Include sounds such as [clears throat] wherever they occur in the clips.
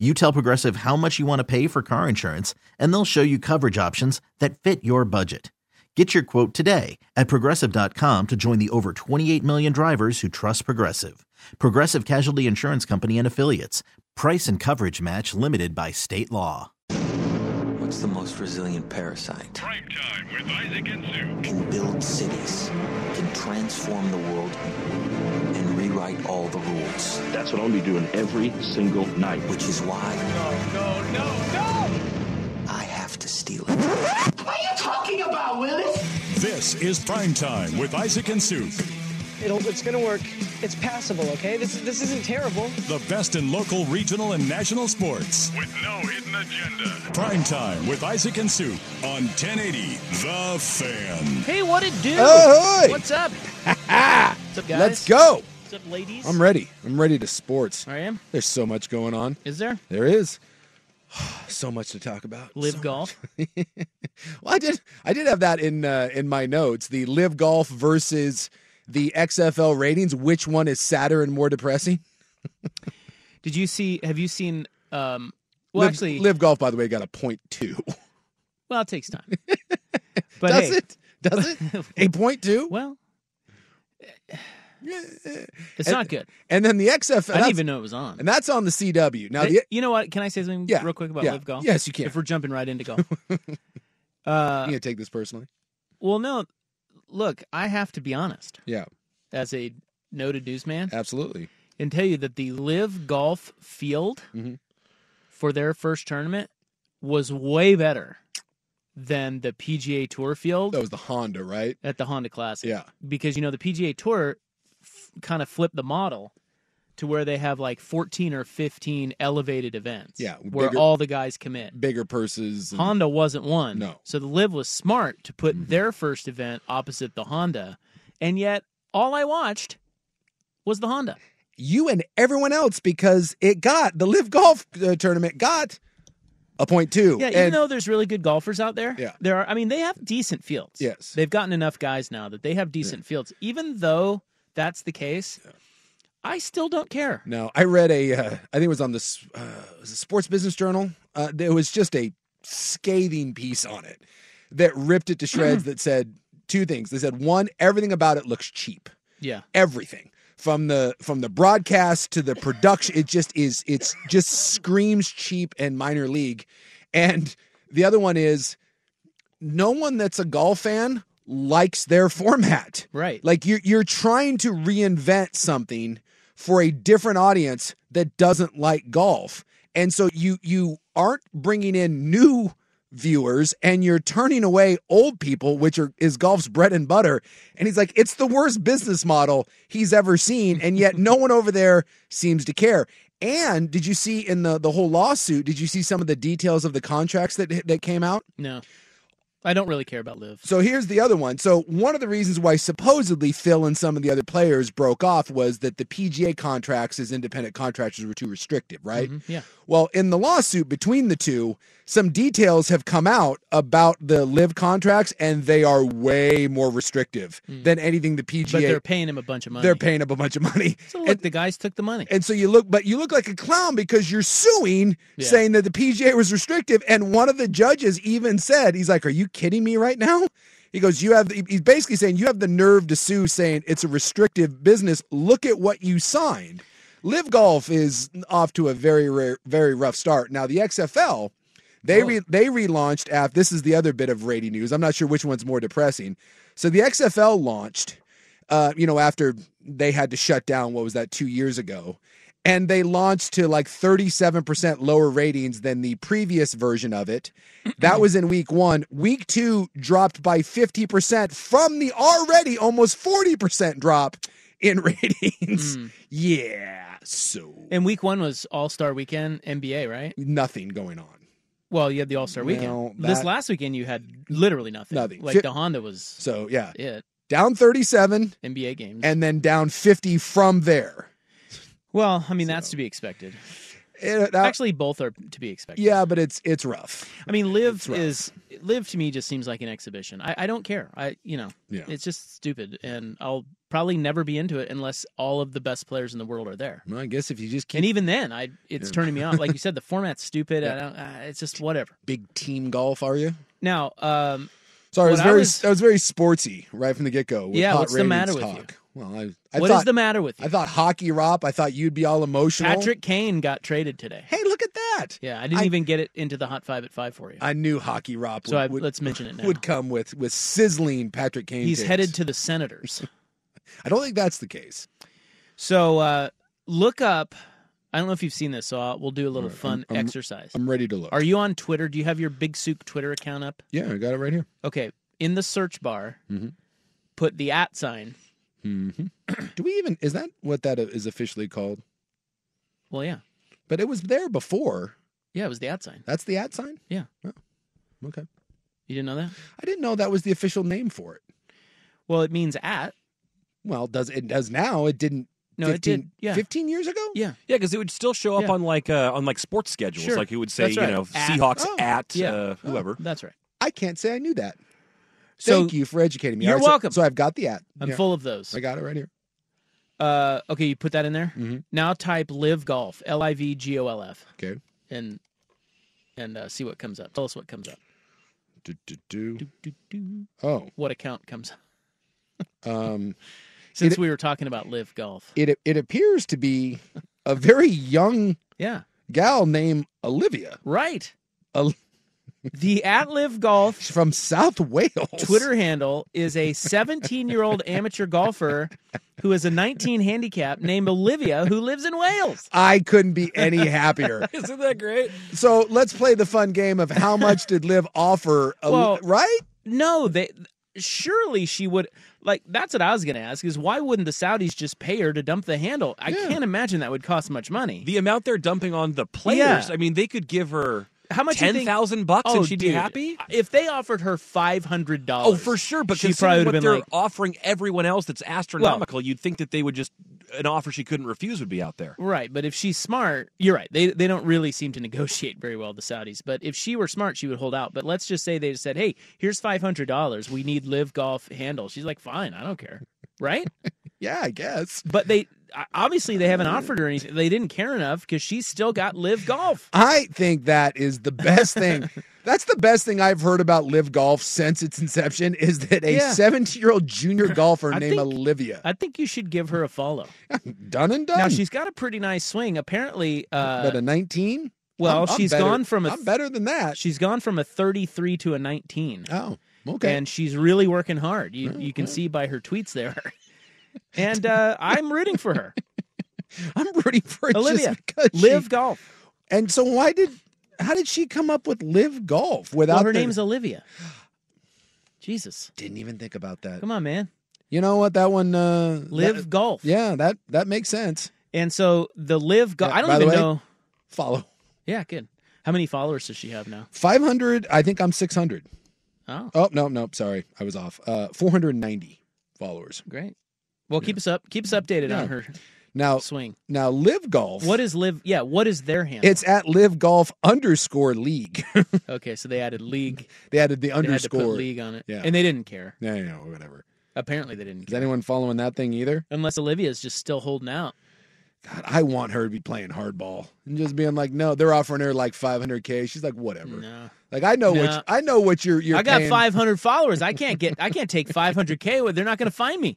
You tell Progressive how much you want to pay for car insurance, and they'll show you coverage options that fit your budget. Get your quote today at progressive.com to join the over 28 million drivers who trust Progressive. Progressive Casualty Insurance Company and Affiliates. Price and coverage match limited by state law. What's the most resilient parasite? Prime time with Isaac Ensu. Can build cities, can transform the world, and rewrite all the rules. That's what I'll be doing every single night. Which is why No, no, no, no! I have to steal it. What are you talking about, Willis? This is Primetime with Isaac and Suk, It'll, it's gonna work. It's passable, okay? This this isn't terrible. the best in local, regional, and national sports. With no hidden agenda. Primetime with Isaac and Suk on 1080 The Fan. Hey, what it do? Ahoy! What's [laughs] up? What's up, guys? Oh, Let's go. What's up, ladies? I'm ready. I'm ready to sports. I am. There's so much going on. Is there There is [sighs] so much to talk about. live So- golf? Well, I did. I did have that in uh, in my notes. The live golf versus the XFL ratings. Which one is sadder and more depressing? Did you see? Have you seen? Um, well, live, actually, live golf, by the way, got a point two. [laughs] well, it takes time. But Does hey, it? Does [laughs] it? a point two. Well, it's And- not good. And then the XFL. I that's- didn't even know it was on. And that's on the CW. Now But the you know what? Can I say something Yeah, real quick about yeah. live golf? Yes, you can. If we're jumping right into [laughs] golf. uh, you gonna take this personally. Well, no. Look, I have to be honest Yeah, as a noted newsman. absolutely. and tell you that the live golf field Mhm. for their first tournament was way better than the PGA Tour field That was the Honda, right? at the Honda Classic. Oh. Yeah. Because you know the PGA Tour f- kind of flipped the model to where they have like 14 or 15 elevated events Yeah, where bigger- all the guys commit. Bigger purses. and- Honda wasn't one. No. Mm-hmm. So the Live was smart to put their first event opposite the Honda. And yet all I watched was the Honda. you and everyone else because it got the live golf uh, tournament got a point two. Yeah, even and though there's really good golfers out there, Yeah. there are. I mean, they have decent fields. Yes. they've gotten enough guys now that they have decent fields. Even though that's the case, I still don't care. no, I read a uh, I think it was on the s- uh, it was a Sports Business Journal. Uh, there was just a scathing piece on it that ripped it [clears throat] to shreds. that said two things. They said one, everything about it looks cheap. Yeah, Everything from the from the broadcast to the production, it just is. It's just screams cheap and minor league. And the other one is no one that's a golf fan likes their [laughs] format. right. Like you're you're trying to reinvent something for a different audience that doesn't like golf, and so you you aren't bringing in new viewers and you're turning away old people which are is golf's bread and butter and he's like it's the worst business model he's ever seen and yet no one over there seems to care and did you see in the the whole lawsuit did you see some of the details of the contracts that that came out no, I don't really care about live. so here's the other one. So one of the reasons why supposedly Phil and some of the other players broke off was that the PGA contracts as independent contractors were too restrictive, right? Mhm, Yeah, Well, in the lawsuit between the two, some details have come out about the live contracts and they are way more restrictive than anything the PGA Mm. but they're paying him a bunch of money. they're paying up a bunch of money. So look, the guys took the money. And so you look, but you look like a clown because you're suing, Yeah. saying that the PGA was restrictive. And one of the judges even said, "He's like, are you kidding me right now?" He goes, "You have." He's basically saying you have the nerve to sue, saying it's a restrictive business. Look at what you signed. Live Golf is off to a very, rare- very rough start. Now the XFL. They re- they relaunched after this is the other bit of rating news. I'm not sure which one's more depressing. So the XFL launched, uh, you know, after they had to shut down. What was that? Two years ago, and they launched to like 37% lower ratings than the previous version of it. That was in week one. Week two dropped by 50% from the already almost 40% drop in [laughs] Mm. ratings. Yeah, so and week one was All Star Weekend NBA, right? nothing going on. Well, you had the All Star weekend. No, this that- last weekend, you had literally nothing. Nothing. Like Fi- the Honda was So yeah, it. down 37 NBA games. and then down 50 from there. well, I mean, that's to be expected. It- Eh, that- Actually, both are to be expected. yeah, but it's it's rough. I mean, live It's rough. is live to me just seems like an exhibition. I, I don't care. I you know, Yeah. it's just stupid, and I'll probably never be into it unless all of the best players in the world are there. Well, I guess if you just keep And even then, I it's turning me off. Like you [laughs] said, the format's stupid. I Yeah. don't, uh, it's just whatever. big team golf, are you? Now, um, Sorry, I What was I very was- I was very sportsy right from the get go. Yeah, hot what's the matter ratings with you? talk. Well, I, I what is thought the matter with you? I thought hockey rop. I thought you'd be all emotional. Patrick Kane got traded today. hey, look at that! Yeah, I didn't I- even get it into the hot five at five for you. I knew hockey rop so I, would, would, let's mention it now. would come with with sizzling Patrick Kane. He's takes. headed to the Senators. I don't think that's the case. So uh, look up. I don't know if you've seen this, so i we'll do a little fun I'm- exercise. I'm ready to look. Are you on Twitter? Do you have your Big Souk Twitter account up? Yeah, I got it right here. Okay, in the search bar, Mhm. put the at sign. Mm-hmm. Do we even is that what that is officially called? Well, yeah, But it was there before. yeah, it was the at sign. That's the at sign. Yeah. Oh, okay. You didn't know that? I didn't know that was the official name for it. Well, it means at. Well, it does it does now? It didn't. No, 15, it did. Yeah, 15 years ago. yeah, Yeah, because it would still show up Yeah. on like uh, on like sports schedules. Sure. Like it would say, That's right. you know, At- Seahawks oh, at yeah. uh, whoever. that's right. I can't say I knew that. So Thank you for educating me. You're All so- welcome. So, I've got the at. I'm Yeah, full of those. I got it right here. Uh, okay, you put that in there. Mhm. Now type live golf, L I V G O L F. Okay. and and uh, see what comes up. Tell us what comes up. Do, do, do. Do, do, do. Oh, What account comes up? um, Since we were talking about live golf, it it appears to be a very young yeah, gal named Olivia. right. Al- [laughs] the at live golf She's from South Wales. Twitter handle is a 17 year old amateur golfer who is a 19 handicap named Olivia who lives in Wales. I couldn't be [laughs] any happier. Isn't that great? so let's play the fun game of how much did Liv offer? a- Well- right? No, they surely she would like that's what I was going to ask is why wouldn't the Saudis just pay her to dump the handle? I Yeah. can't imagine that would cost much money. The amount they're dumping on the players. Yeah. I mean, they could give her How much you ten think- thousand bucks Oh, and she'd dude, be happy. If they offered her $500. Oh, for sure. But she considering probably what would have been they're like offering everyone else that's astronomical, you'd think that they would just an offer she couldn't refuse would be out there. Right, but if she's smart, you're right. They they don't really seem to negotiate very well the Saudis. But if she were smart, she would hold out. But let's just say they said, "Hey, here's five hundred dollars. We need live golf handle." She's like, "Fine, I don't care." Right? Yeah, I guess. but they obviously they haven't offered her anything. They didn't care enough because she's still got live golf. I think that is the [laughs] best thing. That's the best thing I've heard about Live Golf since its inception is that a Yeah. 17 year [laughs] old junior golfer I named think- Olivia. I think you should give her a follow. done and done. Now she's got a pretty nice swing. Apparently, but uh, a 19? well, I'm- she's I'm better- gone from a I'm better than that. she's gone from a thirty three to a nineteen. Oh, okay. and she's really working hard. You you can see by her tweets there. [laughs] And uh, I'm rooting for her. I'm rooting for it Olivia, [laughs] just because she- Live golf. and so why did how did she come up with Live Golf without Well, her the- name's Olivia. Jesus, Didn't even think about that. come on, man. You know what? That one uh that- Live golf. yeah, that that makes sense. And so the live golf. Yeah, I don't by the even way- know. Follow. Yeah, good. How many followers does she have now? 500, I think I'm 600. Oh, Oh, no, no, sorry. I was off. Uh 490 followers. great. Well, keep us up. Keep us updated Yeah. Oh. on her Now swing. now Live Golf What is live? Yeah, what is their handle? it's at live golf underscore league. [laughs] okay. So they added league. they added the They had to put underscore. league on it. Yeah. and they didn't care. Yeah, yeah, whatever. Apparently, they didn't. Is Care. anyone following that thing either? Unless Olivia's just still holding out. God, I want her to be playing hardball and just being like, no, they're offering her like 500k. She's like, whatever. No. Like I know No. what I know what you're. you're I got paying. 500 followers. I can't get. I can't take 500k. with- They're not going to find me.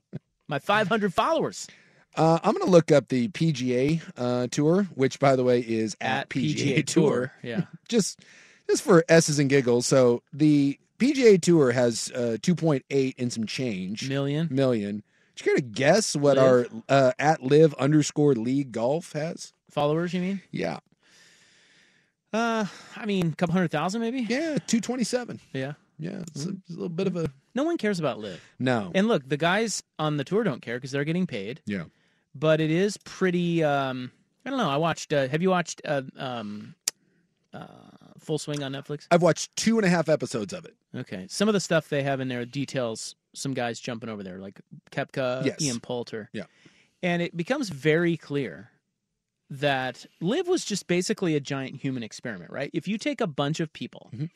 My 500 followers Uh, I'm gonna look up the PGA uh, tour, which by the way is at, Yeah. Just just for s's and giggles. So the PGA tour has uh, 2.8 and some change Million. million. Did you care to guess what Live? our uh, at live underscore league golf has? followers. You mean? Yeah, Uh, I mean, couple hundred thousand maybe. yeah, 227. Yeah. Yeah, it's a, it's a little bit of a No one cares about live. no. Mm-hmm. And look, the guys on the tour don't care because they're getting paid. Yeah. But it is pretty. Um, I don't know. I watched. Uh, have you watched uh, um, uh, Full Swing on Netflix? I've watched two and a half episodes of it. Okay. Some of the stuff they have in there details some guys jumping over there, like Kepka, Yes. Ian Poulter. Yeah. And it becomes very clear that Live was just basically a giant human experiment, right? If you take a bunch of people, Mhm.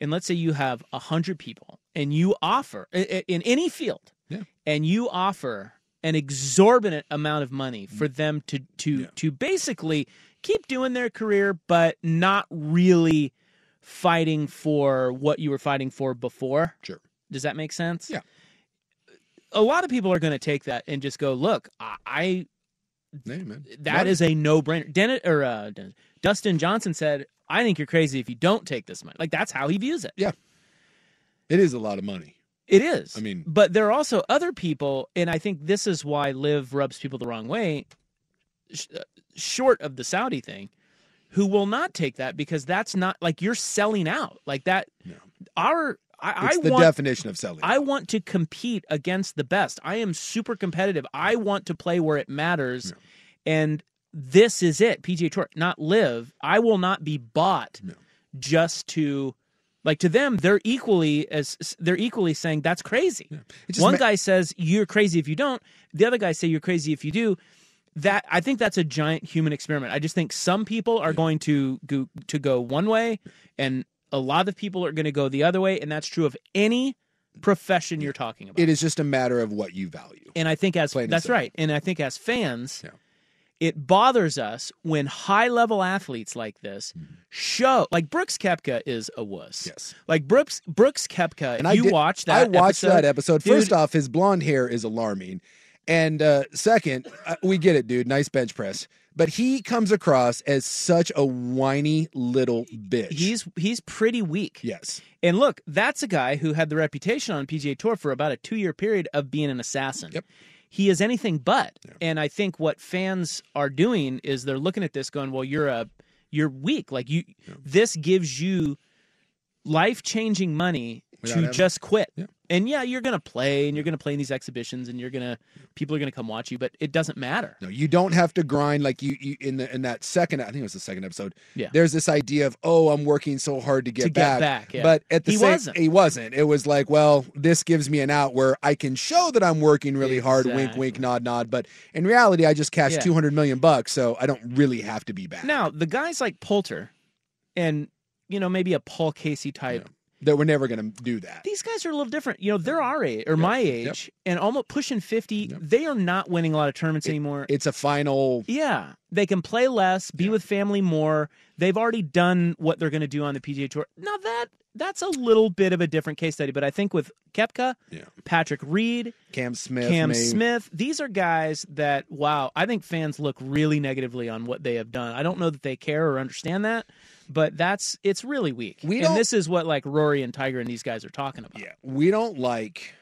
and let's say you have a 100 people, and you offer i- i- in any field, Yeah. and you offer an exorbitant amount of money for them to to Mm-hmm. Yeah. to basically keep doing their career but not really fighting for what you were fighting for before Sure. does that make sense? Yeah. A lot of people are going to take that and just go, look, I, I Hey, man. that is a no brainer. Dennis or uh, Dennis- Dustin Johnson said, I think you're crazy if you don't take this money. Like that's how he views it. Yeah. It is a lot of money. It is. I mean- but there are also other people, and I think this is why Liv rubs people the wrong way, sh- uh, short of the Saudi thing, who will not take that because that's not like you're selling out. Like that, No. our. I, It's I the want definition of selling. I want to compete against the best. I am super competitive. I want to play where it matters. And this is it, PGA Tour, not live. I will not be bought No. just to like to them they're equally as they're equally saying that's crazy. It just One ma- guy says you're crazy if you don't, the other guy say you're crazy if you do. That I think that's a giant human experiment. I just think some people are going to go, to go one way and a lot of people are going to go the other way and that's true of any profession you're talking about. It is just a matter of what you value. And I think as Plain and that's simple. right. And I think as fans, Yeah. it bothers us when high level athletes like this show like Brooks Kepka is a wuss. Mm-hmm. Yes. Like Brooks Brooks Kepka, And you did- watch that. I watched episode, that episode. Dude, First off, his blonde hair is alarming, and uh, second, uh, we get it, dude. Nice bench press, but he comes across as such a whiny little bitch. he's he's pretty weak. yes, And look, that's a guy who had the reputation on PGA Tour for about a two year period of being an assassin. Yep. He is anything but. And I think what fans are doing is they're looking at this going, well, you're a you're weak. Like you this gives you life changing money Without to having- just quit. Yeah. And yeah, you're gonna play and you're gonna play in these exhibitions and you're gonna people are gonna come watch you, but it doesn't matter. no, you don't have to grind like you, you in the in that second. I think it was the second episode. Yeah. there's this idea of oh, I'm working so hard to get To get back, back, yeah. but at the He same, wasn't. he wasn't. It was like, well, this gives me an out where I can show that I'm working really hard. Wink, wink, Exactly. nod, nod. But in reality, I just cashed Yeah. 200 million bucks, so I don't really have to be back. Now, the guys like Poulter and you know, maybe a Paul Casey type that we're never going to do that. these guys are a little different. You know, they're our age or my age and almost pushing 50. Mm-hmm. Yep. They are not winning a lot of tournaments anymore. It's a final. yeah. They can play less, be with family more. They've already done what they're going to do on the PGA Tour. Now that that's a little bit of a different case study, but I think with Kepka, Yeah. Patrick Reed, Cam Smith. Cam may- Smith, these are guys that wow, I think fans look really negatively on what they have done. I don't know that they care or understand that, but that's it's really weak. We don't- and this is what like Rory and Tiger and these guys are talking about. Yeah, we don't like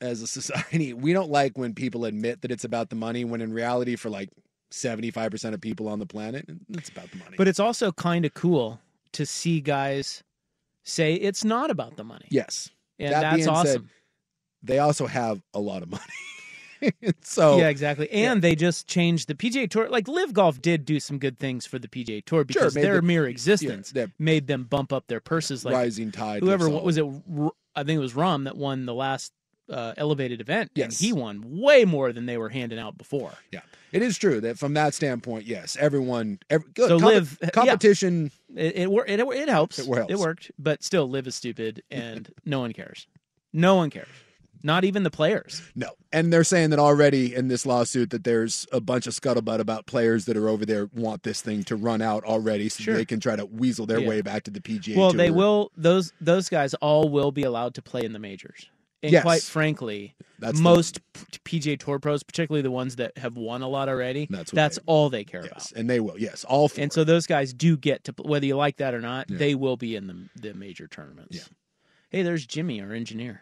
as a society. [laughs] We don't like when people admit that it's about the money, when in reality, for like seventy-five percent of people on the planet, it's about the money. But it's also kind of cool to see guys say it's not about the money. yes, and that that's being said, awesome. they also have a lot of money. [laughs] so yeah, exactly. And they just changed the PGA Tour. Like Live Golf did do some good things for the PGA Tour because made their the- mere yeah, existence that made them bump up their purses. Like rising tide. whoever lifts all. what was it? R- I think it was Rom that won the last uh, elevated event. Yes. and he won way more than they were handing out before. Yeah, it is true that from that standpoint, yes, everyone. Every, good, So compet- live- yeah. competition. It it wor- it, it helps. It helps. It worked, but still, Live is stupid, and no one cares. No one cares. Not even the players. No. And they're saying that already in this lawsuit that there's a bunch of scuttlebutt about players that are over there want this thing to run out already so Sure. they can try to weasel their Yeah. way back to the PGA Well, Tour. they will. Those those guys all will be allowed to play in the majors. And Yes. quite frankly, That's the- most p PGA Tour pros, particularly the ones that have won a lot already, That's what they- all they care Yes, about. and they will. Yes, all four. And so those guys do get to pl- whether you like that or not, they will be in the the major tournaments. Yeah. Hey, there's Jimmy, our engineer.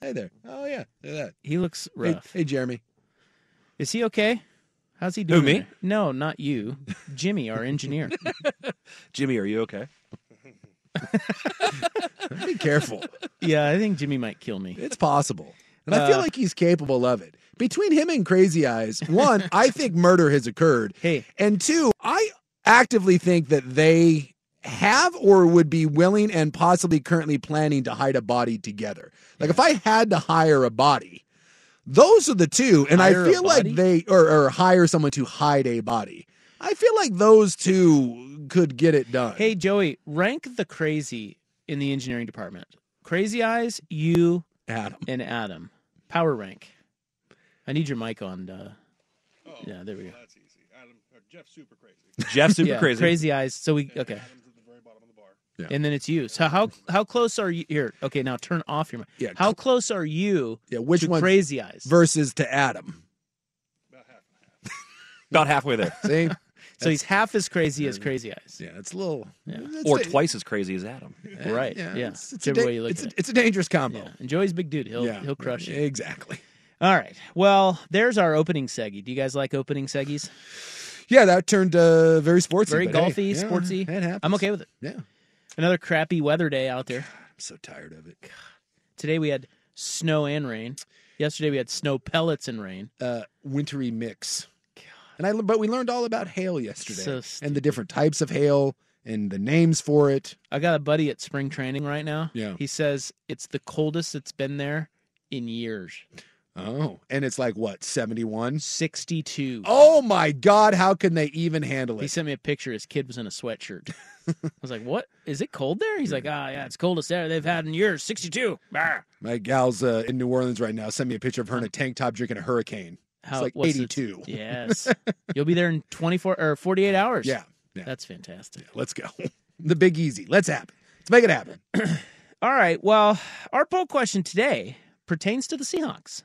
hey there. Oh yeah, look at He looks that. Hey, rough. hey, Jeremy. Is he okay? How's he doing? me? there? No, not you. Jimmy, our [laughs] engineer. Jimmy, are you okay? Be careful. yeah, I think Jimmy might kill me. it's possible. And I feel Uh, like he's capable of it. [laughs] Between him and Crazy Eyes, one, I think murder has occurred. Hey. And two, I actively think that they have or would be willing and possibly currently planning to hide a body together. Like if I had to hire a body, those are the two. And Hire a I feel like body? they or, or hire someone to hide a body. I feel like those two could get it done. Hey Joey, rank the crazy in the engineering department. Crazy Eyes, you, Adam. and Adam. Power rank. I need your mic on. Uh, Oh. yeah, there we go. Jeff's super yeah, crazy. Eyes. So we okay. Yeah. And then it's you. So how how close are you here? Okay, now turn off your mic. Yeah, How close are you Yeah, which to one Crazy Eyes? versus to Adam? About halfway there, See? so he's half as crazy as Crazy [laughs] Eyes. yeah, it's a little Yeah. it's or a- twice as crazy as Adam. Right. Yeah. Yeah, it's, it's, a, Whichever da- way you look it's, at a, it's a dangerous combo. it. Yeah. And Joey's a big dude. He'll Yeah. he'll crush you. Exactly. All right. Well, there's our opening seggy. Do you guys like opening seggies? Yeah, that turned uh, very sportsy. Very but hey, golfy, yeah, sportsy. It happens. I'm okay with it. Yeah, I'm Another crappy weather day out there. so tired of it. Today we had snow and rain. Yesterday we had snow pellets and rain. Uh, wintry mix. And I, but we learned all about hail yesterday, So and stupid. the different types of hail and the names for it. I got a buddy at spring training right now. Yeah. He says it's the coldest it's been there in years. Oh, and it's like what seventy one. 62. Oh my God! How can they even handle He it? sent me a picture. His kid was in [laughs] a sweatshirt. I was like, "What? Is it cold there?" He's like, "Ah, yeah, it's coldest there they've had in years. 62." Bah. My gal's uh, in New Orleans right now. Sent me a picture of her in a tank top drinking a hurricane. How- it's like what's the- eighty [laughs] two. Yes. You'll be there in 24 or 48 hours. Yeah, yeah. That's fantastic. Let's go. [laughs] the Big Easy. Let's happen. Let's make it happen. All right. Well, our poll question today pertains to the Seahawks.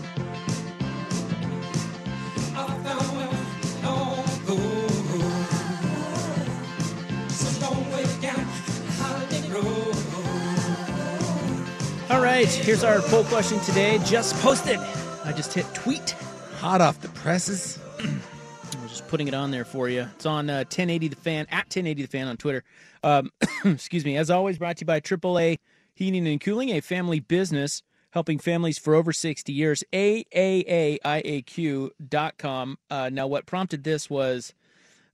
All right, here's our poll question today. Just posted. I just hit tweet. Hot off the presses. I'm just putting it on there for you. It's on uh, 1080 The Fan, at 1080 The Fan on Twitter. Um, [coughs] excuse me. As always, brought to you by AAA Heating and Cooling, a family business helping families for over 60 years. AAAIAQ.com. Uh, now, what prompted this was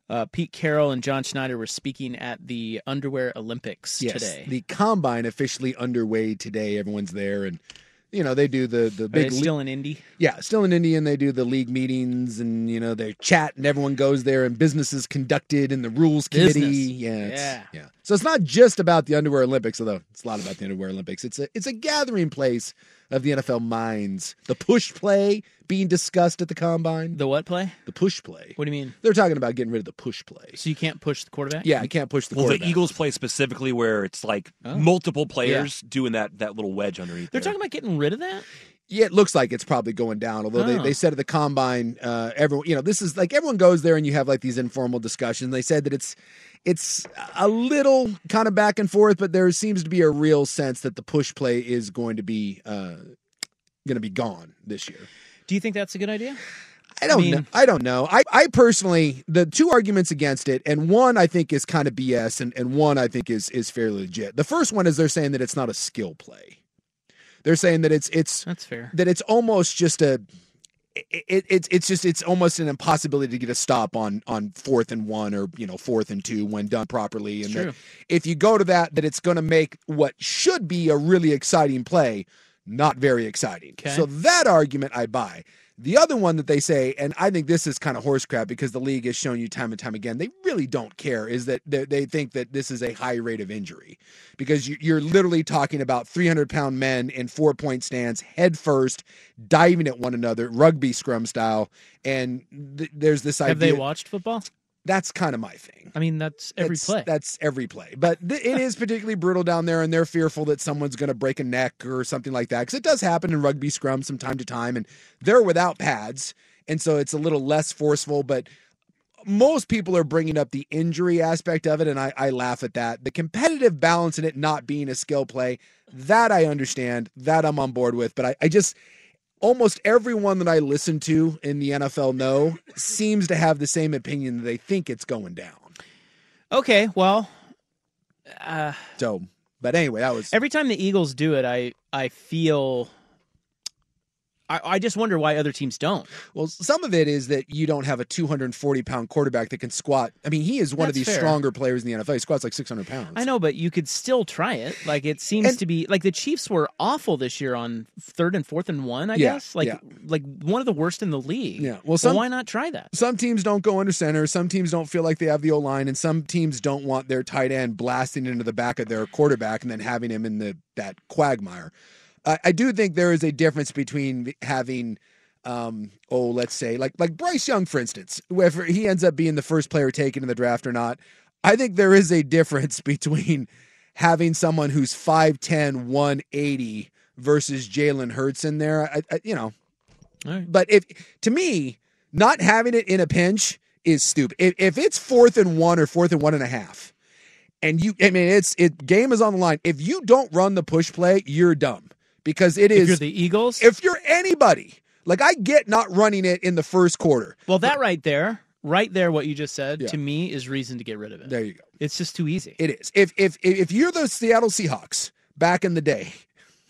uh, Pete Carroll and John Schneider were speaking at the Underwear Olympics yes, today. The combine officially underway today. Everyone's there, and you know they do the the Are they big still in Indy? le- yeah still in India, and they do the league meetings, and you know they chat, and everyone goes there, and business is conducted, and the rules Business. committee. Yeah, it's- Yeah. yeah. So it's not just about the underwear Olympics, although it's a lot about the underwear Olympics. It's a it's a gathering place of the NFL minds. The push play being discussed at the combine. The, The what play? push play. What do you mean? They're talking about getting rid of the push play. So you can't push the quarterback? Yeah, I can't push the Well, the quarterback. Eagles play specifically where it's like Oh. multiple players doing that that little wedge underneath. They're there. talking about getting rid of that? Yeah, it looks like it's probably going down. Although they, Oh. they said at the combine, uh, everyone you know this is like everyone goes there and you have like these informal discussions. They said that it's it's a little kind of back and forth, but there seems to be a real sense that the push play is going to be uh, going to be gone this year. Do you think that's a good idea? I don't mean- know. I don't know. I, I personally the two arguments against it, and one I think is kind of BS, and, and one I think is is fairly legit. The first one is they're saying that it's not a skill play. They're saying that it's it's That's fair. that it's almost just a it, it's it's just it's almost an impossibility to get a stop on on fourth and one or you know fourth and two when done properly. And It's true. that if you go to that, that it's going to make what should be a really exciting play not very exciting. Okay. So that argument I buy. The other one that they say, and I think this is kind of horse crap because the league has shown you time and time again, they really don't care, is that they, they think that this is a high rate of injury because you, you're literally talking about 300 pound men in four point stands, head first, diving at one another, rugby scrum style. And th- there's this Have idea. they watched football? That's kind of my thing. I mean, that's every That's- play. That's every play. But th- it is particularly brutal down there, and they're fearful that someone's going to break a neck or something like that. Because it does happen in rugby scrums from time to time, and they're without pads. And so it's a little less forceful. But most people are bringing up the injury aspect of it, and I, I laugh at that. The competitive balance in it not being a skill play, that I understand, that I'm on board with. But I, I just almost everyone that I listen to in the NFL know seems to have the same opinion that they think it's going down. Okay, well, uh, So, but anyway, that was every time the Eagles do it, I I feel. I, I just wonder why other teams don't. well. Some of it is that you don't have a 240 pound quarterback that can squat. I mean, he is one of That's the fair. stronger players in the NFL. He squats like 600 pounds. I know, but you could still try it. Like it seems to be like the Chiefs were awful this year on third and fourth and one. I Yeah, guess like yeah. like one of the worst in the league. Yeah, well, some- why not try that? Some teams don't go under center. Some teams don't feel like they have the O line, and some teams don't want their tight end blasting into the back of their quarterback and then having him in the that quagmire. I I do think there is a difference between having, um, oh, let's say like like Bryce Young, for instance, whether he ends up being the first player taken in the draft or not. I think there is a difference [laughs] between having someone who's 5'10", 180 versus Jalen Hurts in there. I, I, you know, but if to me, not having it in a pinch is stupid. If, if it's fourth and one or fourth and one and a half, and you, I mean, it's it game is on the line. If you don't run the push play, you're dumb because it is. If you're the Eagles, if you're anybody, like I get not running it in the first quarter. well, that right there, right there, what you just said to me is reason to get rid of it. There you go. It's just too easy. It is. If if if you're the Seattle Seahawks back in the day, [laughs]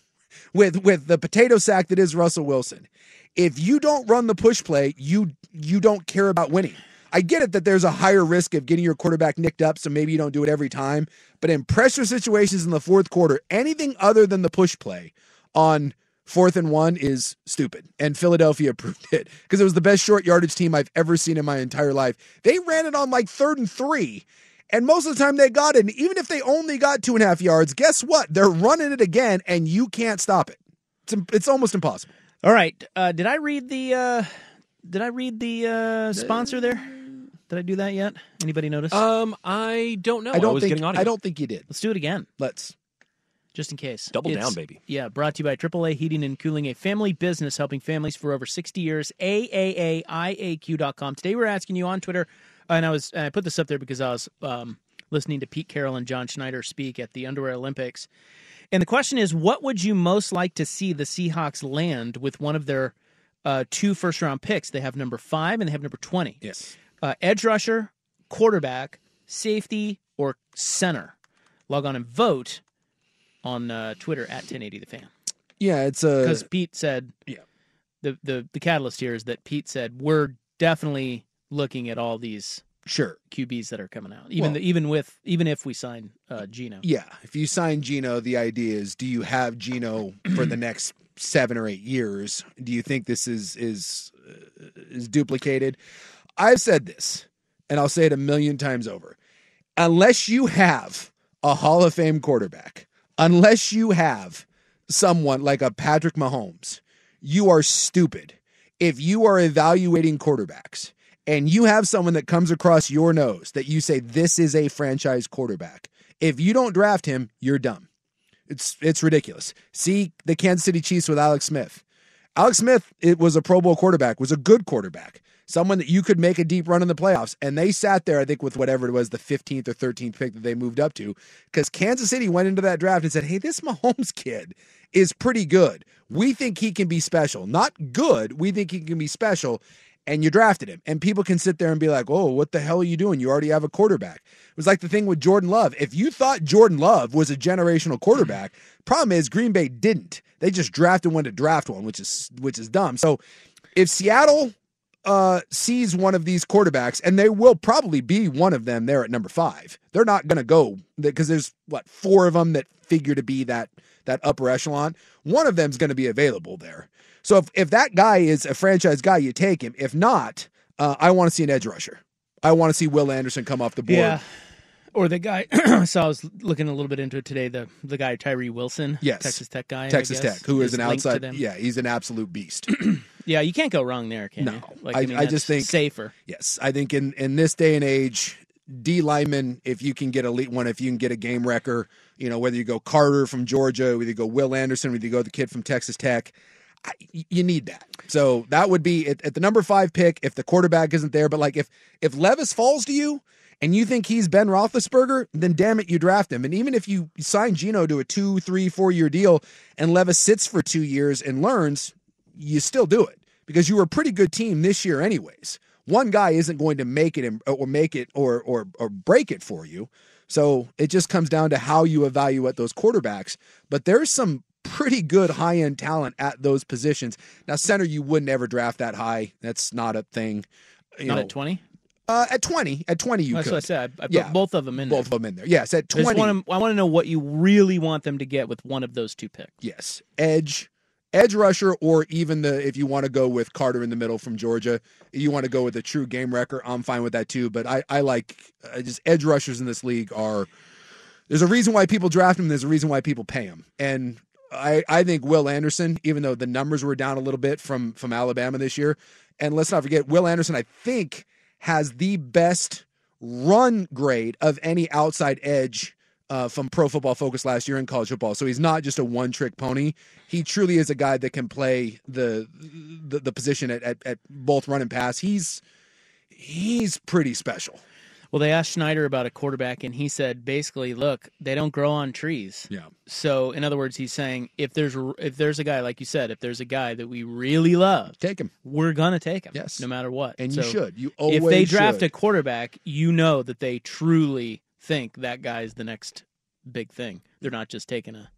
with with the potato sack that is Russell Wilson, if you don't run the push play, you you don't care about winning. I get it that there's a higher risk of getting your quarterback nicked up, so maybe you don't do it every time. But in pressure situations in the fourth quarter, anything other than the push play on fourth and one is stupid. And Philadelphia [laughs] proved it because it was the best short yardage team I've ever seen in my entire life. They ran it on like third and three. And most of the time they got it. And even if they only got two and a half yards, guess what? They're running it again, and you can't stop it. It's, im- it's almost impossible. All right. Uh, did I read the uh, Did I read the uh, sponsor there? Did I do that yet? Anybody notice? Um, I don't know. I don't was think getting audio. I don't think you did. Let's do it again. Let's. Just in case. Double down, baby. Yeah, brought to you by AAA Heating and Cooling, a family business helping families for over 60 years. AAAIAQ.com. Today we're asking you on Twitter, and I was and I put this up there because I was um, listening to Pete Carroll and John Schneider speak at the Underwear Olympics. And the question is, what would you most like to see the Seahawks land with one of their uh, two first round picks? They have number five and they have number 20. Yes. Uh, edge rusher, quarterback, safety, or center. Log on and vote on uh, Twitter at 1080 the fan Yeah, it's a. because Pete said Uh, yeah. the, the the catalyst here is that Pete said we're definitely looking at all these Sure. QBs that are coming out Well- even the, even with even if we sign uh, Gino Yeah. If you sign Gino, the idea is do you have Gino for [clears throat] the next seven or eight years? Do you think this is is uh, is duplicated? I've said this, and I'll say it a million times over. Unless you have a Hall of Fame quarterback, unless you have someone like a Patrick Mahomes, you are stupid. If you are evaluating quarterbacks and you have someone that comes across your nose that you say this is a franchise quarterback, if you don't draft him, you're dumb. It's it's ridiculous. See the Kansas City Chiefs with Alex Smith. Alex Smith, it was a Pro Bowl quarterback, was a good quarterback, someone that you could make a deep run in the playoffs. And they sat there, I think, with whatever it was, the 15th or 13th pick that they moved up to, because Kansas City went into that draft and said, hey, this Mahomes kid is pretty good. We think he can be special. Not good. We think he can be special. And you drafted him. And people can sit there and be like, oh, what the hell are you doing? You already have a quarterback. It was like the thing with Jordan Love. If you thought Jordan Love was a generational quarterback, problem is Green Bay didn't. They just drafted one to draft one, which is which is dumb. So if Seattle uh, sees one of these quarterbacks, and they will probably be one of them there at number five. They're not going to go because there's what four of them that figure to be that that upper echelon. One of them's going to be available there. So if if that guy is a franchise guy, you take him. If not, uh, I want to see an edge rusher. I want to see Will Anderson come off the board. Yeah. Or the guy, [clears throat] so I was looking a little bit into it today. The the guy Tyree Wilson, Yes. Texas Tech guy, I Texas guess, Tech, who is is an linked to outside, them. yeah, he's an absolute beast. yeah, you can't go wrong there, can No, you? I- I that's just think- safer. Yes, I think in in this day and age, D lineman, if you can get elite one, if you can get a game wrecker, you know whether you go Carter from Georgia, whether you go Will Anderson, whether you go the kid from Texas Tech, I, you need that. So that would be at, at the number five pick if the quarterback isn't there. But like if if Levis falls to you. And you think he's Ben Roethlisberger? Then damn it, you draft him. And even if you sign Gino to a two, three, four year deal, and Levis sits for two years and learns, you still do it because you were a pretty good team this year anyways. One guy isn't going to make it and- or make it or or or break it for you. So it just comes down to how you evaluate those quarterbacks. But there's some pretty good high end talent at those positions. Now center you would never draft that high. That's not a thing. You Not know, at twenty. Uh, at twenty, at twenty you That's could. what I said. I, I put Yeah. both of them in. Both of them in there. Yes, at there. I just twenty. wanna- I want to know what you really want them to get with one of those two picks. Yes, edge, edge rusher, or even the if you want to go with Carter in the middle from Georgia, you want to go with a true game wrecker. I'm fine with that too. But I I like uh, just edge rushers in this league are there's a reason why people draft him. There's a reason why people pay him. And I, I think Will Anderson, even though the numbers were down a little bit from from Alabama this year, and let's not forget Will Anderson, I think has the best run grade of any outside edge uh, from Pro Football Focus last year in college football. So he's not just a one trick pony. He truly is a guy that can play the the, the position at, at at both run and pass. He's he's pretty special. Well, they asked Schneider about a quarterback, and he said basically, "Look, they don't grow on trees." Yeah. So, in other words, he's saying if there's if there's a guy like you said, if there's a guy that we really love, take him. We're gonna take him. Yes. no matter what. And you So should. You if they always draft should. a quarterback, you know that they truly think that guy's the next big thing. They're not just taking a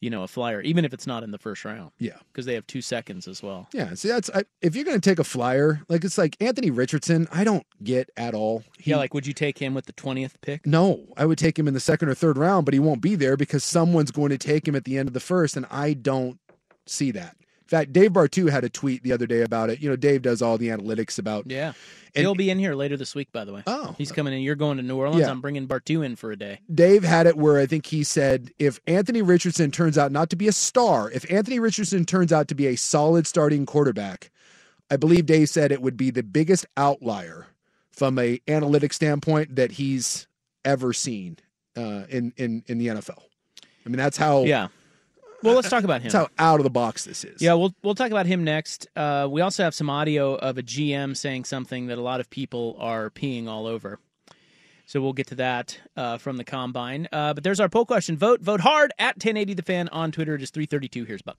you know a flyer, even if it's not in the first round. Yeah. because they have two seconds as well. Yeah, see, that's I, if you're going to take a flyer, like it's like Anthony Richardson. I don't get at all. He- yeah, like would you take him with the twentieth pick? no, I would take him in the second or third round, but he won't be there because someone's going to take him at the end of the first, and I don't see that. In fact, Dave Bartu had a tweet the other day about it. You know, Dave does all the analytics about Yeah. And- He'll be in here later this week, by the way. Oh. He's coming in. You're going to New Orleans. Yeah. I'm bringing Bartu in for a day. Dave had it where I think he said if Anthony Richardson turns out not to be a star, if Anthony Richardson turns out to be a solid starting quarterback, I believe Dave said it would be the biggest outlier from a analytic standpoint that he's ever seen uh, in in in the NFL. I mean, that's how Yeah. Well, let's talk about him. that's how out of the box this is. Yeah, we'll we'll talk about him next. Uh, we also have some audio of a GM saying something that a lot of people are peeing all over. So we'll get to that uh, from the combine. Uh, but there's our poll question. Vote vote hard at 1080 the fan on Twitter. It is 332. Here's Buck.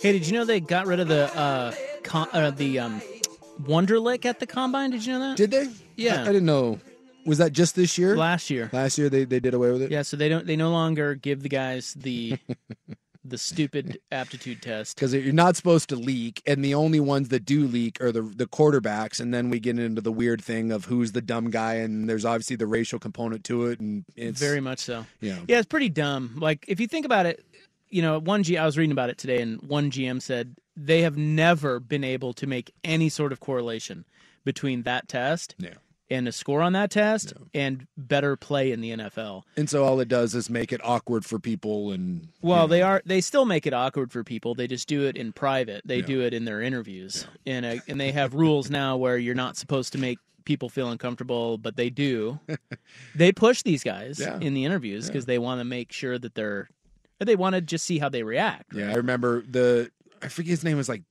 Hey, did you know they got rid of the uh, con- uh the um, Wonderlick at the combine? Did you know that? Did they? Yeah. I, I didn't know. Was that just this year? Last year. Last year they, they did away with it. Yeah, so they don't they no longer give the guys the [laughs] the stupid aptitude test. Because you're not supposed to leak, and the only ones that do leak are the the quarterbacks, and then we get into the weird thing of who's the dumb guy, and there's obviously the racial component to it, and it's Very much so. Yeah. Yeah, it's pretty dumb. Like if you think about it, you know, one G I was reading about it today and one GM said they have never been able to make any sort of correlation between that test Yeah. and a score on that test and better play in the NFL. And so all it does is make it awkward for people, and Well, they are. They still make it awkward for people. They just do it in private. They do it in their interviews, and uh, and they have rules now where you're not supposed to make people feel uncomfortable, but [laughs] they do. they push these guys Yeah. in the interviews because they want to make sure that they're. or They want to just see how they react. yeah, I remember the I forget his name was like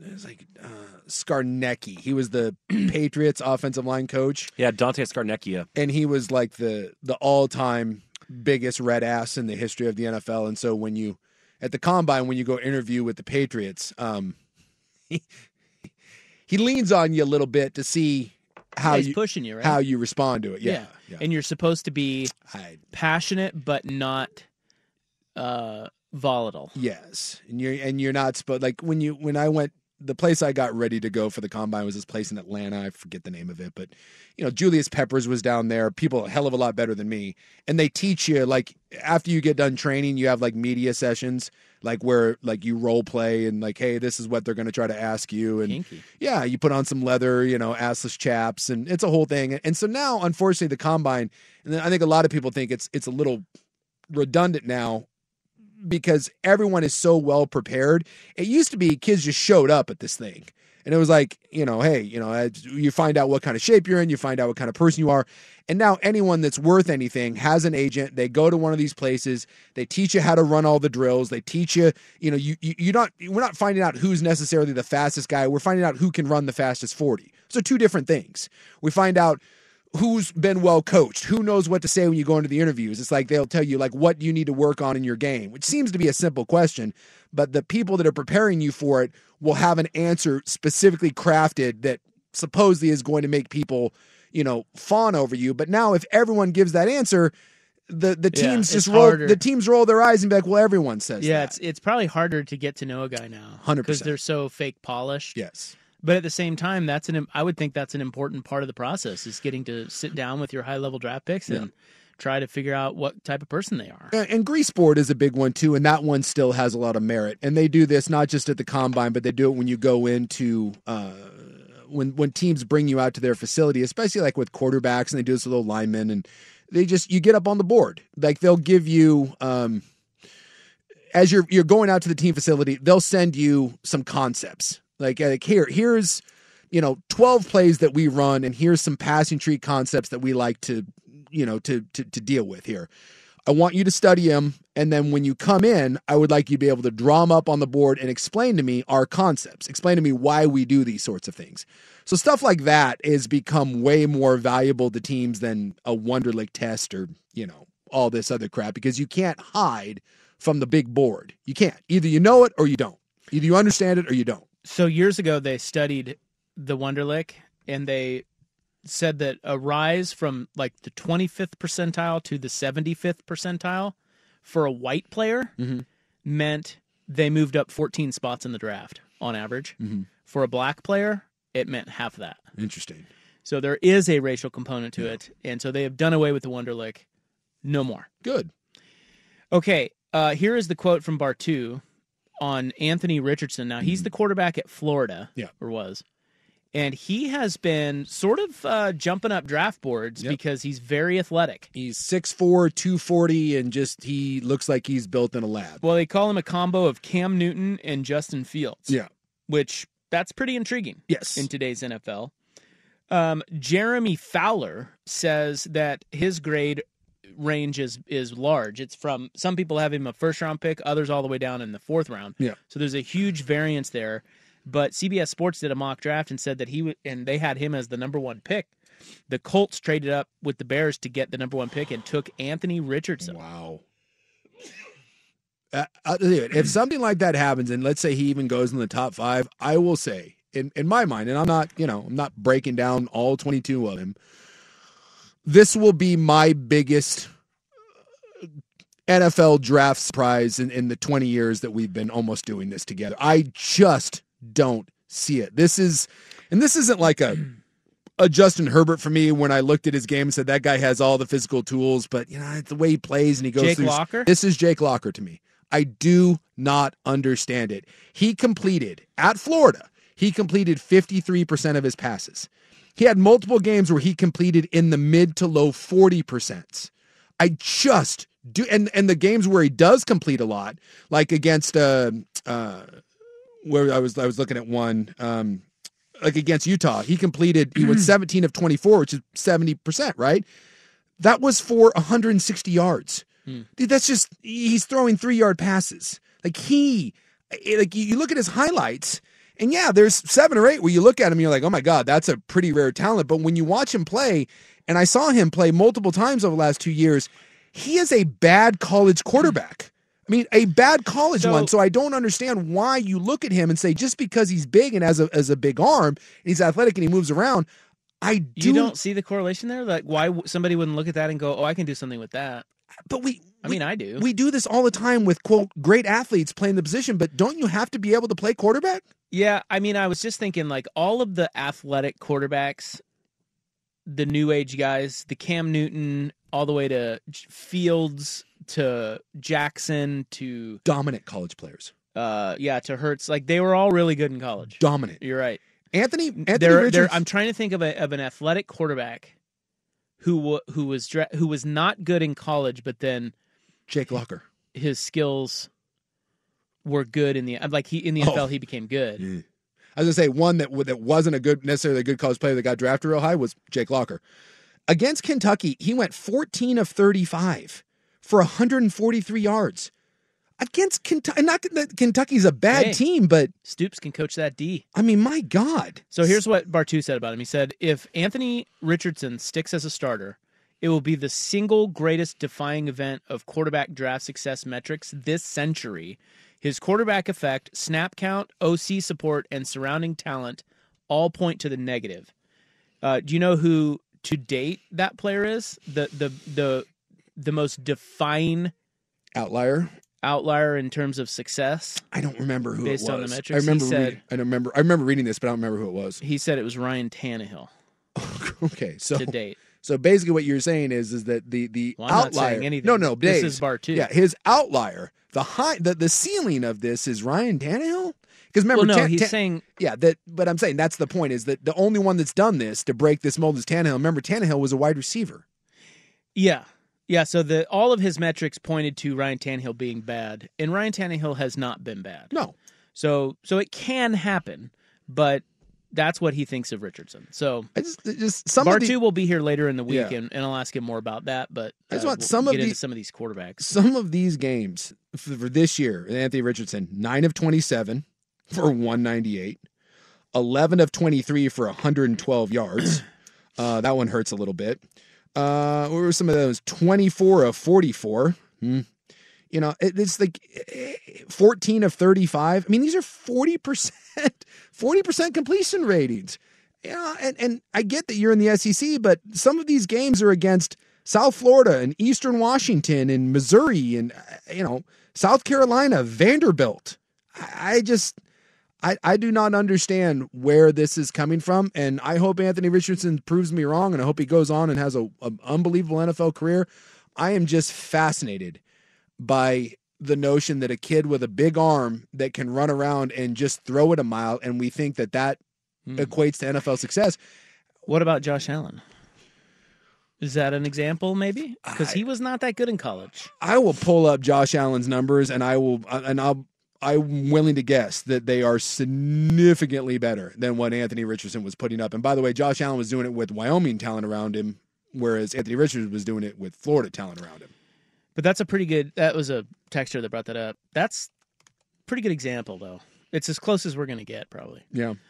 it was like uh, Scarnecki. He was the [clears throat] Patriots offensive line coach. Yeah, Dante Scarnecchia. and he was like the the all time biggest red ass in the history of the NFL. And so when you at the combine when you go interview with the Patriots, um, [laughs] he, he leans on you a little bit to see how Yeah, he's you pushing you, right? how you respond to it. Yeah, And you're supposed to be I- passionate but not uh, volatile. Yes, and you're and you're not supposed like when you when I went the place I got ready to go for the combine was this place in Atlanta. I forget the name of it, but you know Julius Peppers was down there. People a hell of a lot better than me, and they teach you like after you get done training, you have like media sessions like where like you role play and like hey this is what they're going to try to ask you and yeah you put on some leather you know assless chaps and it's a whole thing and so now unfortunately the combine and i think a lot of people think it's it's a little redundant now because everyone is so well prepared. It used to be kids just showed up at this thing. And it was like, you know, hey, you know, as- you find out what kind of shape you're in, you find out what kind of person you are. And now anyone that's worth anything has an agent. They go to one of these places. They teach you how to run all the drills. They teach you, you know, you, you you're not we're not finding out who's necessarily the fastest guy. We're finding out who can run the fastest 40. So two different things. We find out who's been well coached who knows what to say when you go into the interviews it's like they'll tell you like what you need to work on in your game which seems to be a simple question but the people that are preparing you for it will have an answer specifically crafted that supposedly is going to make people you know fawn over you but now if everyone gives that answer the the Yeah, teams just it's roll harder. the teams roll their eyes and be like well everyone says yeah, that. it's it's probably harder to get to know a guy now 100%. because they're so fake polished. Yes. But at the same time, that's an im- I would think that's an important part of the process is getting to sit down with your high level draft picks Yeah. and try to figure out what type of person they are. And, and Greaseboard is a big one too, and that one still has a lot of merit. And they do this not just at the combine, but they do it when you go into uh, when when teams bring you out to their facility, especially like with quarterbacks, and they do this with old linemen, and they just you get up on the board. Like they'll give you. Um, as you're you're going out to the team facility, they'll send you some concepts. Like, uh, like here, here's you know 12 plays that we run, and here's some passing tree concepts that we like to you know to to, to deal with here. I want you to study them, and then when you come in, I would like you to be able to draw them up on the board and explain to me our concepts. Explain to me why we do these sorts of things. So stuff like that has become way more valuable to teams than a Wonderlic test or you know all this other crap because you can't hide from the big board. You can't. Either you know it or you don't. Either you understand it or you don't. So years ago, they studied the Wonderlick, and they said that a rise from like the 25th percentile to the 75th percentile for a white player meant they moved up 14 spots in the draft on average. Mhm. For a black player, it meant half that. Interesting. So there is a racial component to it, and so they have done away with the Wonderlick. No more. Good. Okay, uh, here is the quote from Bartu on Anthony Richardson. Now he's the quarterback at Florida, Mm-hmm. Yeah. or was, and he has been sort of uh, jumping up draft boards because he's very athletic. He's 6'4, 240, and just he looks like he's built in a lab. Well, they call him a combo of Cam Newton and Justin Fields. Yeah. which that's pretty intriguing. Yes. in today's NFL, um, Jeremy Fowler says that his grade range is is large. It's from some people have him a first round pick, others all the way down in the fourth round. Yeah. So there's a huge variance there. But CBS Sports did a mock draft and said that he w- and they had him as the number one pick. The Colts traded up with the Bears to get the number one pick and took Anthony Richardson. Wow. Uh, uh, dude, if something like that happens, and let's say he even goes in the top five, I will say, in, in my mind, and I'm not, you know, I'm not breaking down all 22 of him, this will be my biggest NFL draft surprise in, in the 20 years that we've been almost doing this together. I just don't see it. This is, and this isn't like a, a Justin Herbert for me when I looked at his game and said that guy has all the physical tools, but you know, it's the way he plays and he goes Jake through. Locker? This is Jake Locker to me. I do not understand it. He completed at Florida, he completed 53% of his passes. He had multiple games where he completed in the mid to low 40%. I just do and and the games where he does complete a lot, like against uh uh where I was I was looking at one um like against Utah, he completed he was 17 of 24, which is 70%, right? That was for 160 yards. Hmm. Dude, that's just he's throwing three yard passes. Like he, eh, like you you look at his highlights, and yeah, there's seven or eight where you look at him, you're like, oh my god, that's a pretty rare talent. But when you watch him play, and I saw him play multiple times over the last two years, he is a bad college quarterback. I mean, a bad college Hmm. So- one. So I don't understand why you look at him and say just because he's big and has a as a big arm, and he's athletic and he moves around. I do you don't see the correlation there? Like, why w- somebody wouldn't look at that and go, "Oh, I can do something with that." But we, I mean, I do. [laughs] We do this all the time with quote great athletes playing the position, but don't you have to be able to play quarterback? Yeah, I mean, I was just thinking like all of the athletic quarterbacks, the new age guys, the Cam Newton, all the way to J- Fields to Jackson to dominant college players. Uh, yeah, to Hertz. Like they were all really good in college. Dominant. You're right. Anthony Anthony There- there- Richards. I'm trying to think of a of an athletic quarterback who wa- who was dra- who was not good in college, but then Jake Locker. His skills were good in the like he in the Oh. NFL he became good. I was gonna say one that that wasn't a good necessarily a good college player that got drafted real high was Jake Locker. Against Kentucky, he went 14 of 35 for 143 yards. Against Kentucky, not that Kentucky's a bad Hey. team, but Stoops can coach that D. I mean, my God. So here's what Bartu said about him. He said, if Anthony Richardson sticks as a starter, it will be the single greatest defying event of quarterback draft success metrics this century. His quarterback effect, snap count, OC support, and surrounding talent all point to the negative. Uh, do you know who to date that player is? The the the the most defying outlier outlier in terms on the metrics, he said- of success. I don't remember who based it was. on the metrics. I remember. he said, reading- I don't remember. I remember reading this, but I don't remember who it was. He said it was Ryan Tannehill. [laughs] Okay, so to date. So basically, what you're saying is is that the the I'm not outlier. saying anything. No, no, This Dave. is bar two. Yeah, his outlier. The high. The, the ceiling of this is Ryan Tannehill. Because remember, Well, no, Tan- he's Tan- saying- yeah. That, but I'm saying that's the point is that the only one that's done this to break this mold is Tannehill. Remember, Tannehill was a wide receiver. Yeah. Yeah, so the all of his metrics pointed to Ryan Tannehill being bad, and Ryan Tannehill has not been bad. No. So so it can happen, but that's what he thinks of Richardson. So I just, just some of Bartu the- will be here later in the week, Yeah. and, and I'll ask him more about that. But I just uh, want we'll some of get into the- some of these quarterbacks. Some of these games for for this year, Anthony Richardson, 9 of 27 for 198, 11 of 23 for 112 yards. Uh, that one hurts a little bit. Uh, what were some of those? 24 of 44. Hmm. You know, it, it's like eh, 14 of 35. I mean, these are 40%, [laughs] 40% completion ratings. Yeah, and, and I get that you're in the SEC, but some of these games are against South Florida and Eastern Washington and Missouri and, uh, you know, South Carolina, Vanderbilt. I, I just, I, I do not understand where this is coming from. And I hope Anthony Richardson proves me wrong and I hope he goes on and has a, a unbelievable NFL career. I am just fascinated by the notion that a kid with a big arm that can run around and just throw it a mile and we think that that Hmm. equates to NFL success. What about Josh Allen? Is that an example, maybe? Because he was not that good in college. I will pull up Josh Allen's numbers and I will uh, and I'll I'm willing to guess that they are significantly better than what Anthony Richardson was putting up. And by the way, Josh Allen was doing it with Wyoming talent around him, whereas Anthony Richardson was doing it with Florida talent around him. But that's a pretty good. That was a texture that brought that up. That's pretty good example, though. It's as close as we're going to get, probably. Yeah. [clears throat]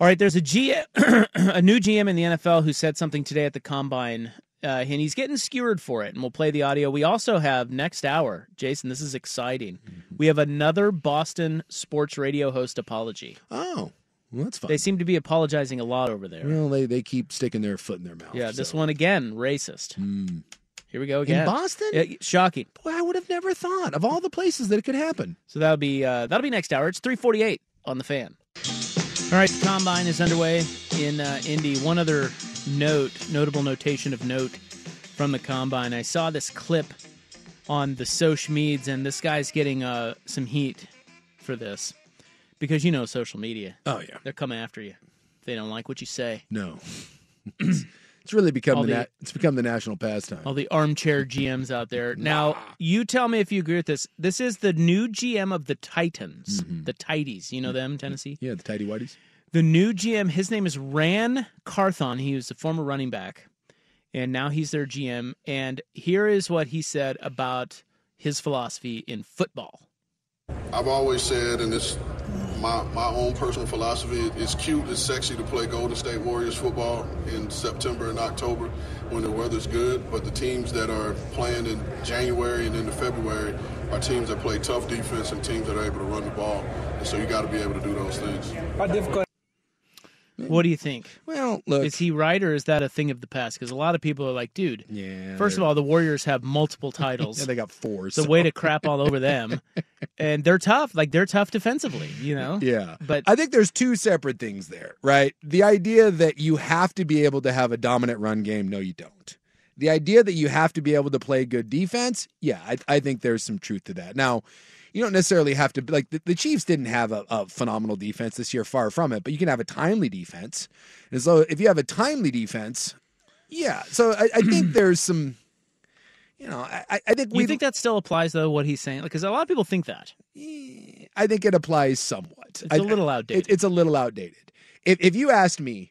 All right, there's a G, a new GM in the NFL who said something today at the combine uh, and he's getting skewered for it. And we'll play the audio. We also have next hour, Jason. This is exciting. Mm-hmm. We have another Boston sports radio host apology. Oh, well, that's fun. They seem to be apologizing a lot over there. Well, they, they keep sticking their foot in their mouth. yeah, this so. one again, racist. Mm. Here we go again. Boston? Yeah, shocking. Boy, I would have never thought of all the places that it could happen. So that'll be uh, that'll be next hour. It's three forty eight on the fan. All right, the combine is underway in uh, Indy. One other note, notable notation of note from the combine. I saw this clip on the social meds, and this guy's getting uh, some heat for this because you know social media. Oh, yeah. they're coming after you. If they don't like what you say. No. [clears throat] it's really become All the, the- na- it's become the national pastime. All the armchair GMs out there. Now, you tell me if you agree with this. This is the new GM of the Titans, the Tities. You know them, Tennessee? Yeah, the tidy whities. The new GM, his name is Ran Carthon. He was a former running back, and now he's their GM. And here is what he said about his philosophy in football. I've always said, and it's my, my own personal philosophy, it's cute, it's sexy to play Golden State Warriors football in September and October when the weather's good, but the teams that are playing in January and into February are teams that play tough defense and teams that are able to run the ball. And so you got to be able to do those things. How difficult? What do you think? Well, look. Is he right or is that a thing of the past? Because a lot of people are like, dude, Yeah. first of all, the Warriors have multiple [laughs] titles. yeah, they got four. It's a so- way to crap all over them. [laughs] and they're tough. Like they're tough defensively, you know? Yeah. But I think there's two separate things there, right? The idea that you have to be able to have a dominant run game, no, you don't. The idea that you have to be able to play good defense, yeah, I, I think there's some truth to that. Now, you don't necessarily have to, like, the, the Chiefs didn't have a, a phenomenal defense this year, far from it, but you can have a timely defense. And so if you have a timely defense, yeah. So I, I [clears throat] think there's some, you know, I, I- I think we you think that still applies though, what he's saying? Because a lot of people think that. I think it applies somewhat. It's a little outdated. it's a little outdated. If if you asked me,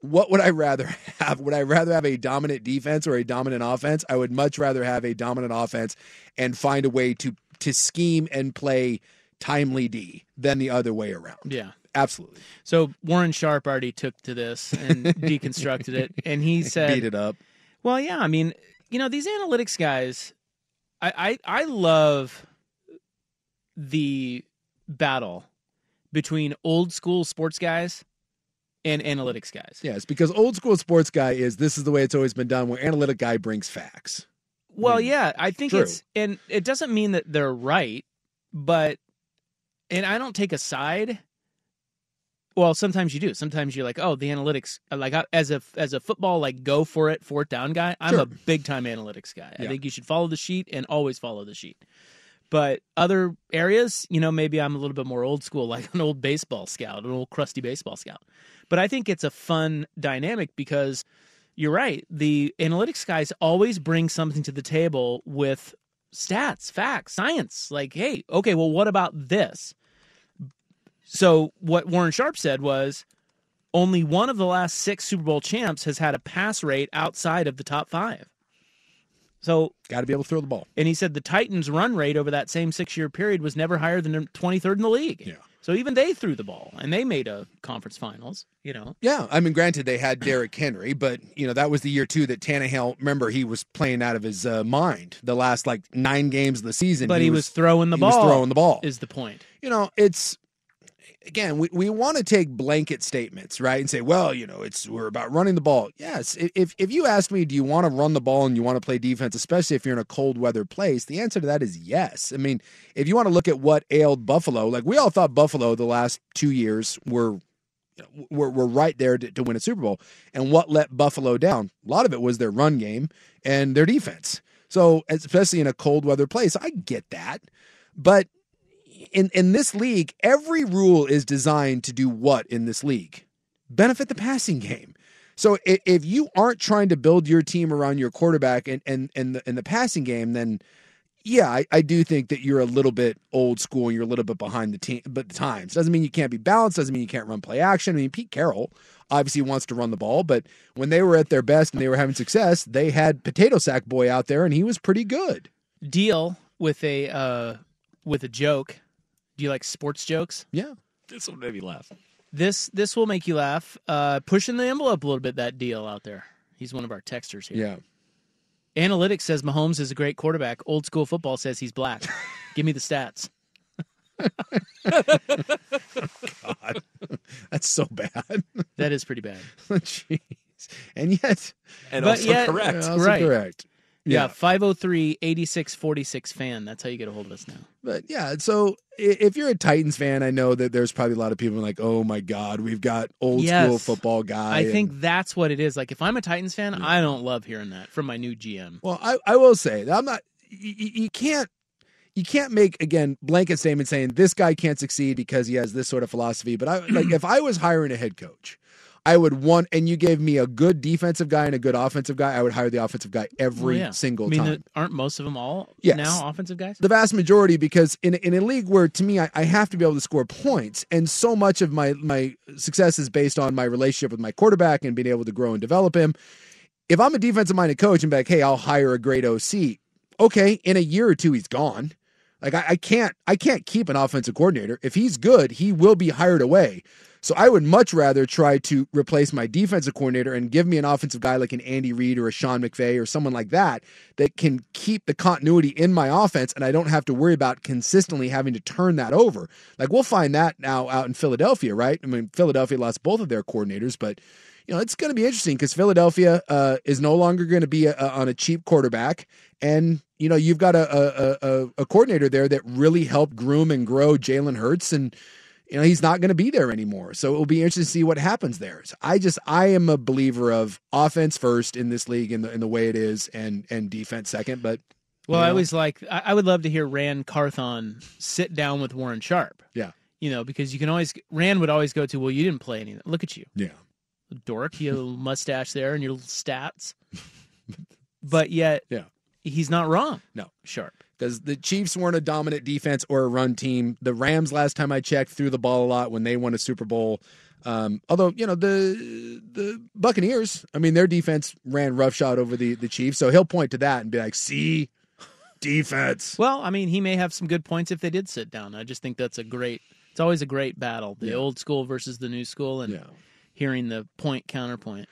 what would I rather [laughs] have? Would I rather have a dominant defense or a dominant offense? I would much rather have a dominant offense and find a way to to scheme and play timely D than the other way around. Yeah. Absolutely. So Warren Sharp already took to [laughs] this and deconstructed it. And he said Beat it up. Well, yeah, I mean, you know, these analytics guys, I I, I love the battle between old school sports guys and analytics guys. Yes, because old school sports guy is this is the way it's always been done where analytic guy brings facts. Well, yeah, I think True. it's and it doesn't mean that they're right, but and I don't take a side. Well, sometimes you do. Sometimes you're like, oh, the analytics. Like I, as a as a football like go for it fourth down guy. I'm Sure. a big time analytics guy. I Yeah. think you should follow the sheet and always follow the sheet. But other areas, you know, maybe I'm a little bit more old school, [laughs] like an old baseball scout, an old crusty baseball scout. But I think it's a fun dynamic because you're right. The analytics guys always bring something to the table with stats, facts, science. Like, hey, okay, well, what about this? So, what Warren Sharp said was only one of the last six Super Bowl champs has had a pass rate outside of the top five. So, Got to be able to throw the ball. and he said the Titans' run rate over that same six year period was never higher than 23rd in the league. Yeah. So, even they threw the ball and they made a conference finals, you know. Yeah, I mean, granted they had Derrick Henry, but you know that was the year too that Tannehill. Remember, he was playing out of his uh, mind the last like nine games of the season. But he, was, throwing the he ball. was throwing the ball. Is the point. You know, it's again we, we want to take blanket statements, right, and say, well, you know, it's we're about running the ball. Yes, i- if if you ask me, do you want to run the ball and you want to play defense, especially if you're in a cold weather place, the answer to that is yes. I mean, if you want to look at what ailed Buffalo, like we all thought Buffalo the last two years were were, were right there to, to win a Super Bowl. And what let Buffalo down? A lot of it was their run game and their defense. So, especially in a cold weather place, I get that. But in, in this league, every rule is designed to do what in this league? Benefit the passing game. So if, if you aren't trying to build your team around your quarterback and and and the, and the passing game, then yeah, I, I do think that you're a little bit old school and you're a little bit behind the team, but the times doesn't mean you can't be balanced. Doesn't mean you can't run play action. I mean, Pete Carroll obviously wants to run the ball, but when they were at their best and they were having success, they had Potato Sack Boy out there and he was pretty good. deal with a uh, with a joke. Do you like sports jokes? Yeah. This will make me laugh. This this will make you laugh. Uh, pushing the envelope a little bit. That deal out there. He's one of our texters here. Analytics says Mahomes is a great quarterback. Old school football says he's [laughs] black. Give me the stats. God, that's so [laughs] bad. That is pretty bad. Jeez. And [laughs] yet, And But also yet- correct. Also right. correct. Yeah, [laughs] Yeah. 503 8646 fan. That's how you get a hold of us now. But yeah, so i- if you're a Titans fan, I know that there's probably a lot of people like, oh my God, we've got old school Yes. football guy. I and- think that's what it is. Like, if I'm a Titans fan, I don't love hearing that from my new GM. Well, I, I will say that I'm not. You, you can't you can't make again blanket statement saying this guy can't succeed because he has this sort of philosophy. But [clears throat] I like if I was hiring a head coach, I would want and you gave me a good defensive guy and a good offensive guy. I would hire the offensive guy every Well, Oh, yeah. single I mean, time. the- aren't most of them all Yes. now offensive guys? The vast majority, because in, in a league where to me I, I have to be able to score points, and so much of my my success is based on my relationship with my quarterback and being able to grow and develop him. If I'm a defensive minded coach and be like, hey, I'll hire a great OC, okay, in a year or two he's gone. Like I, I can't I can't keep an offensive coordinator. If he's good, he will be hired away. So I would much rather try to replace my defensive coordinator and give me an offensive guy like an Andy Reid or a Sean McVay or someone like that that can keep the continuity in my offense and I don't have to worry about consistently having to turn that over. Like we'll find that now out in Philadelphia, right? I mean Philadelphia lost both of their coordinators, but you know, it's going to be interesting because Philadelphia uh, is no longer going to be a, a- on a cheap quarterback, and you know you've got a a, a a coordinator there that really helped groom and grow Jalen Hurts, and you know he's not going to be there anymore. So it'll be interesting to see what happens there. So I just I am a believer of offense first in this league in the in the way it is, and and defense second. But Well, you I know, always like, I, I would love to hear Rand Carthon sit down with Warren Sharp, yeah you know, because you can always, Rand would always go to, well, you didn't play anything. Look at you. yeah dork, [laughs] your little mustache there and your little stats. But yet, yeah he's not wrong. no Sharp. because the Chiefs weren't a dominant defense or a run team. The Rams, last time I checked, threw the ball a lot when they won a Super Bowl. Um, although you know the the Buccaneers, I mean their defense ran roughshod over the the Chiefs, so he'll point to that and be like, "See, defense." [laughs] Well, I mean, he may have some good points if they did sit down. I just think that's a great. It's always a great battle, the Yeah. old school versus the new school, and Yeah. hearing the point counterpoint.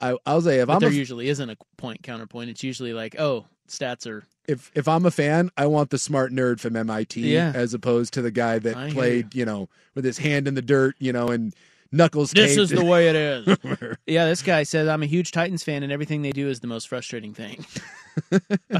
I, I'll say if But I'm there a, usually isn't a point counterpoint. It's usually like, oh, stats are if if I'm a fan, I want the smart nerd from MIT Yeah. as opposed to the guy that I hear played, you. know, with his hand in the dirt, you know, and knuckles. This caved is the in. way it is. yeah, this guy says I'm a huge Titans fan, and everything they do is the most frustrating thing. [laughs]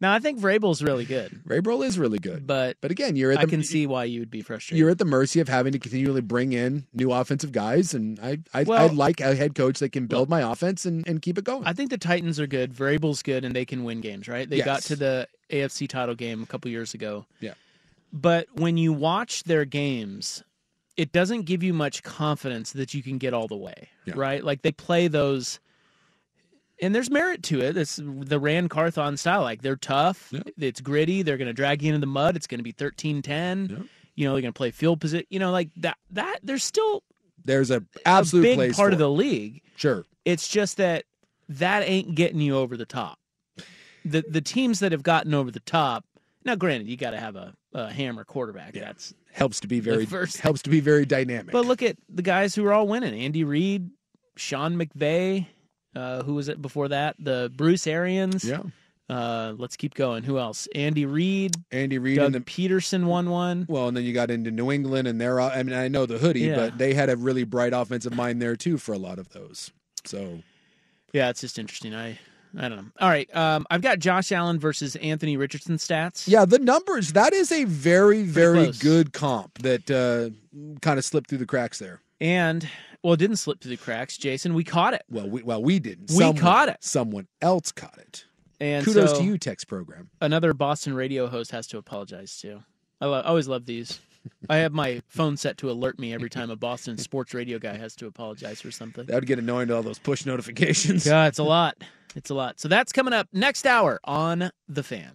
now I think Vrabel's really good, Ray Broll is really good, but but again, you're at the, I can see why you would be frustrated. you're at the mercy of having to continually bring in new offensive guys, and I I, I Well- like a head coach that can build my offense and, and keep it going. I think the Titans are good. Variable's good, and they can win games, right? They got Yes. to the AFC title game a couple years ago. Yeah. But when you watch their games, it doesn't give you much confidence that you can get all the way, Yeah. right? Like they play those, and there's merit to it. It's the Rand Carthon style. Like they're tough, it's gritty, they're going to drag you into the mud. It's going to be 13 10. You know, they're going to play field position. You know, like that, that there's still There's a absolute a big place part for of the league. it. sure. It's just that that ain't getting you over the top. The the teams that have gotten over the top. Now, granted, you got to have a, a hammer quarterback. That's Helps to be very first- helps to be very dynamic. but look at the guys who are all winning: Andy Reid, Sean McVay. Uh, who was it before that? The Bruce Arians. yeah, Uh, let's keep going. Who else? Andy Reid. Andy Reid Doug and the Peterson won one. well, and then you got into New England and their. I mean, I know the hoodie, Yeah. but they had a really bright offensive mind there too for a lot of those. So Yeah, it's just interesting. I I don't know. All right, um, I've got Josh Allen versus Anthony Richardson stats. yeah, the numbers that is a very very close. good comp that uh, kind of slipped through the cracks there. And well, it didn't slip through the cracks, Jason. We caught it. Well, we well we didn't. We Someone- caught it. Someone else caught it. And Kudos so to you, text program. Another Boston radio host has to apologize too. I lo- I always love these. I have my phone set to alert me every time a Boston sports radio guy has to apologize for something. That would get annoying to all those push [laughs] notifications. Yeah, it's a lot. It's a lot. So that's coming up next hour on the Fan.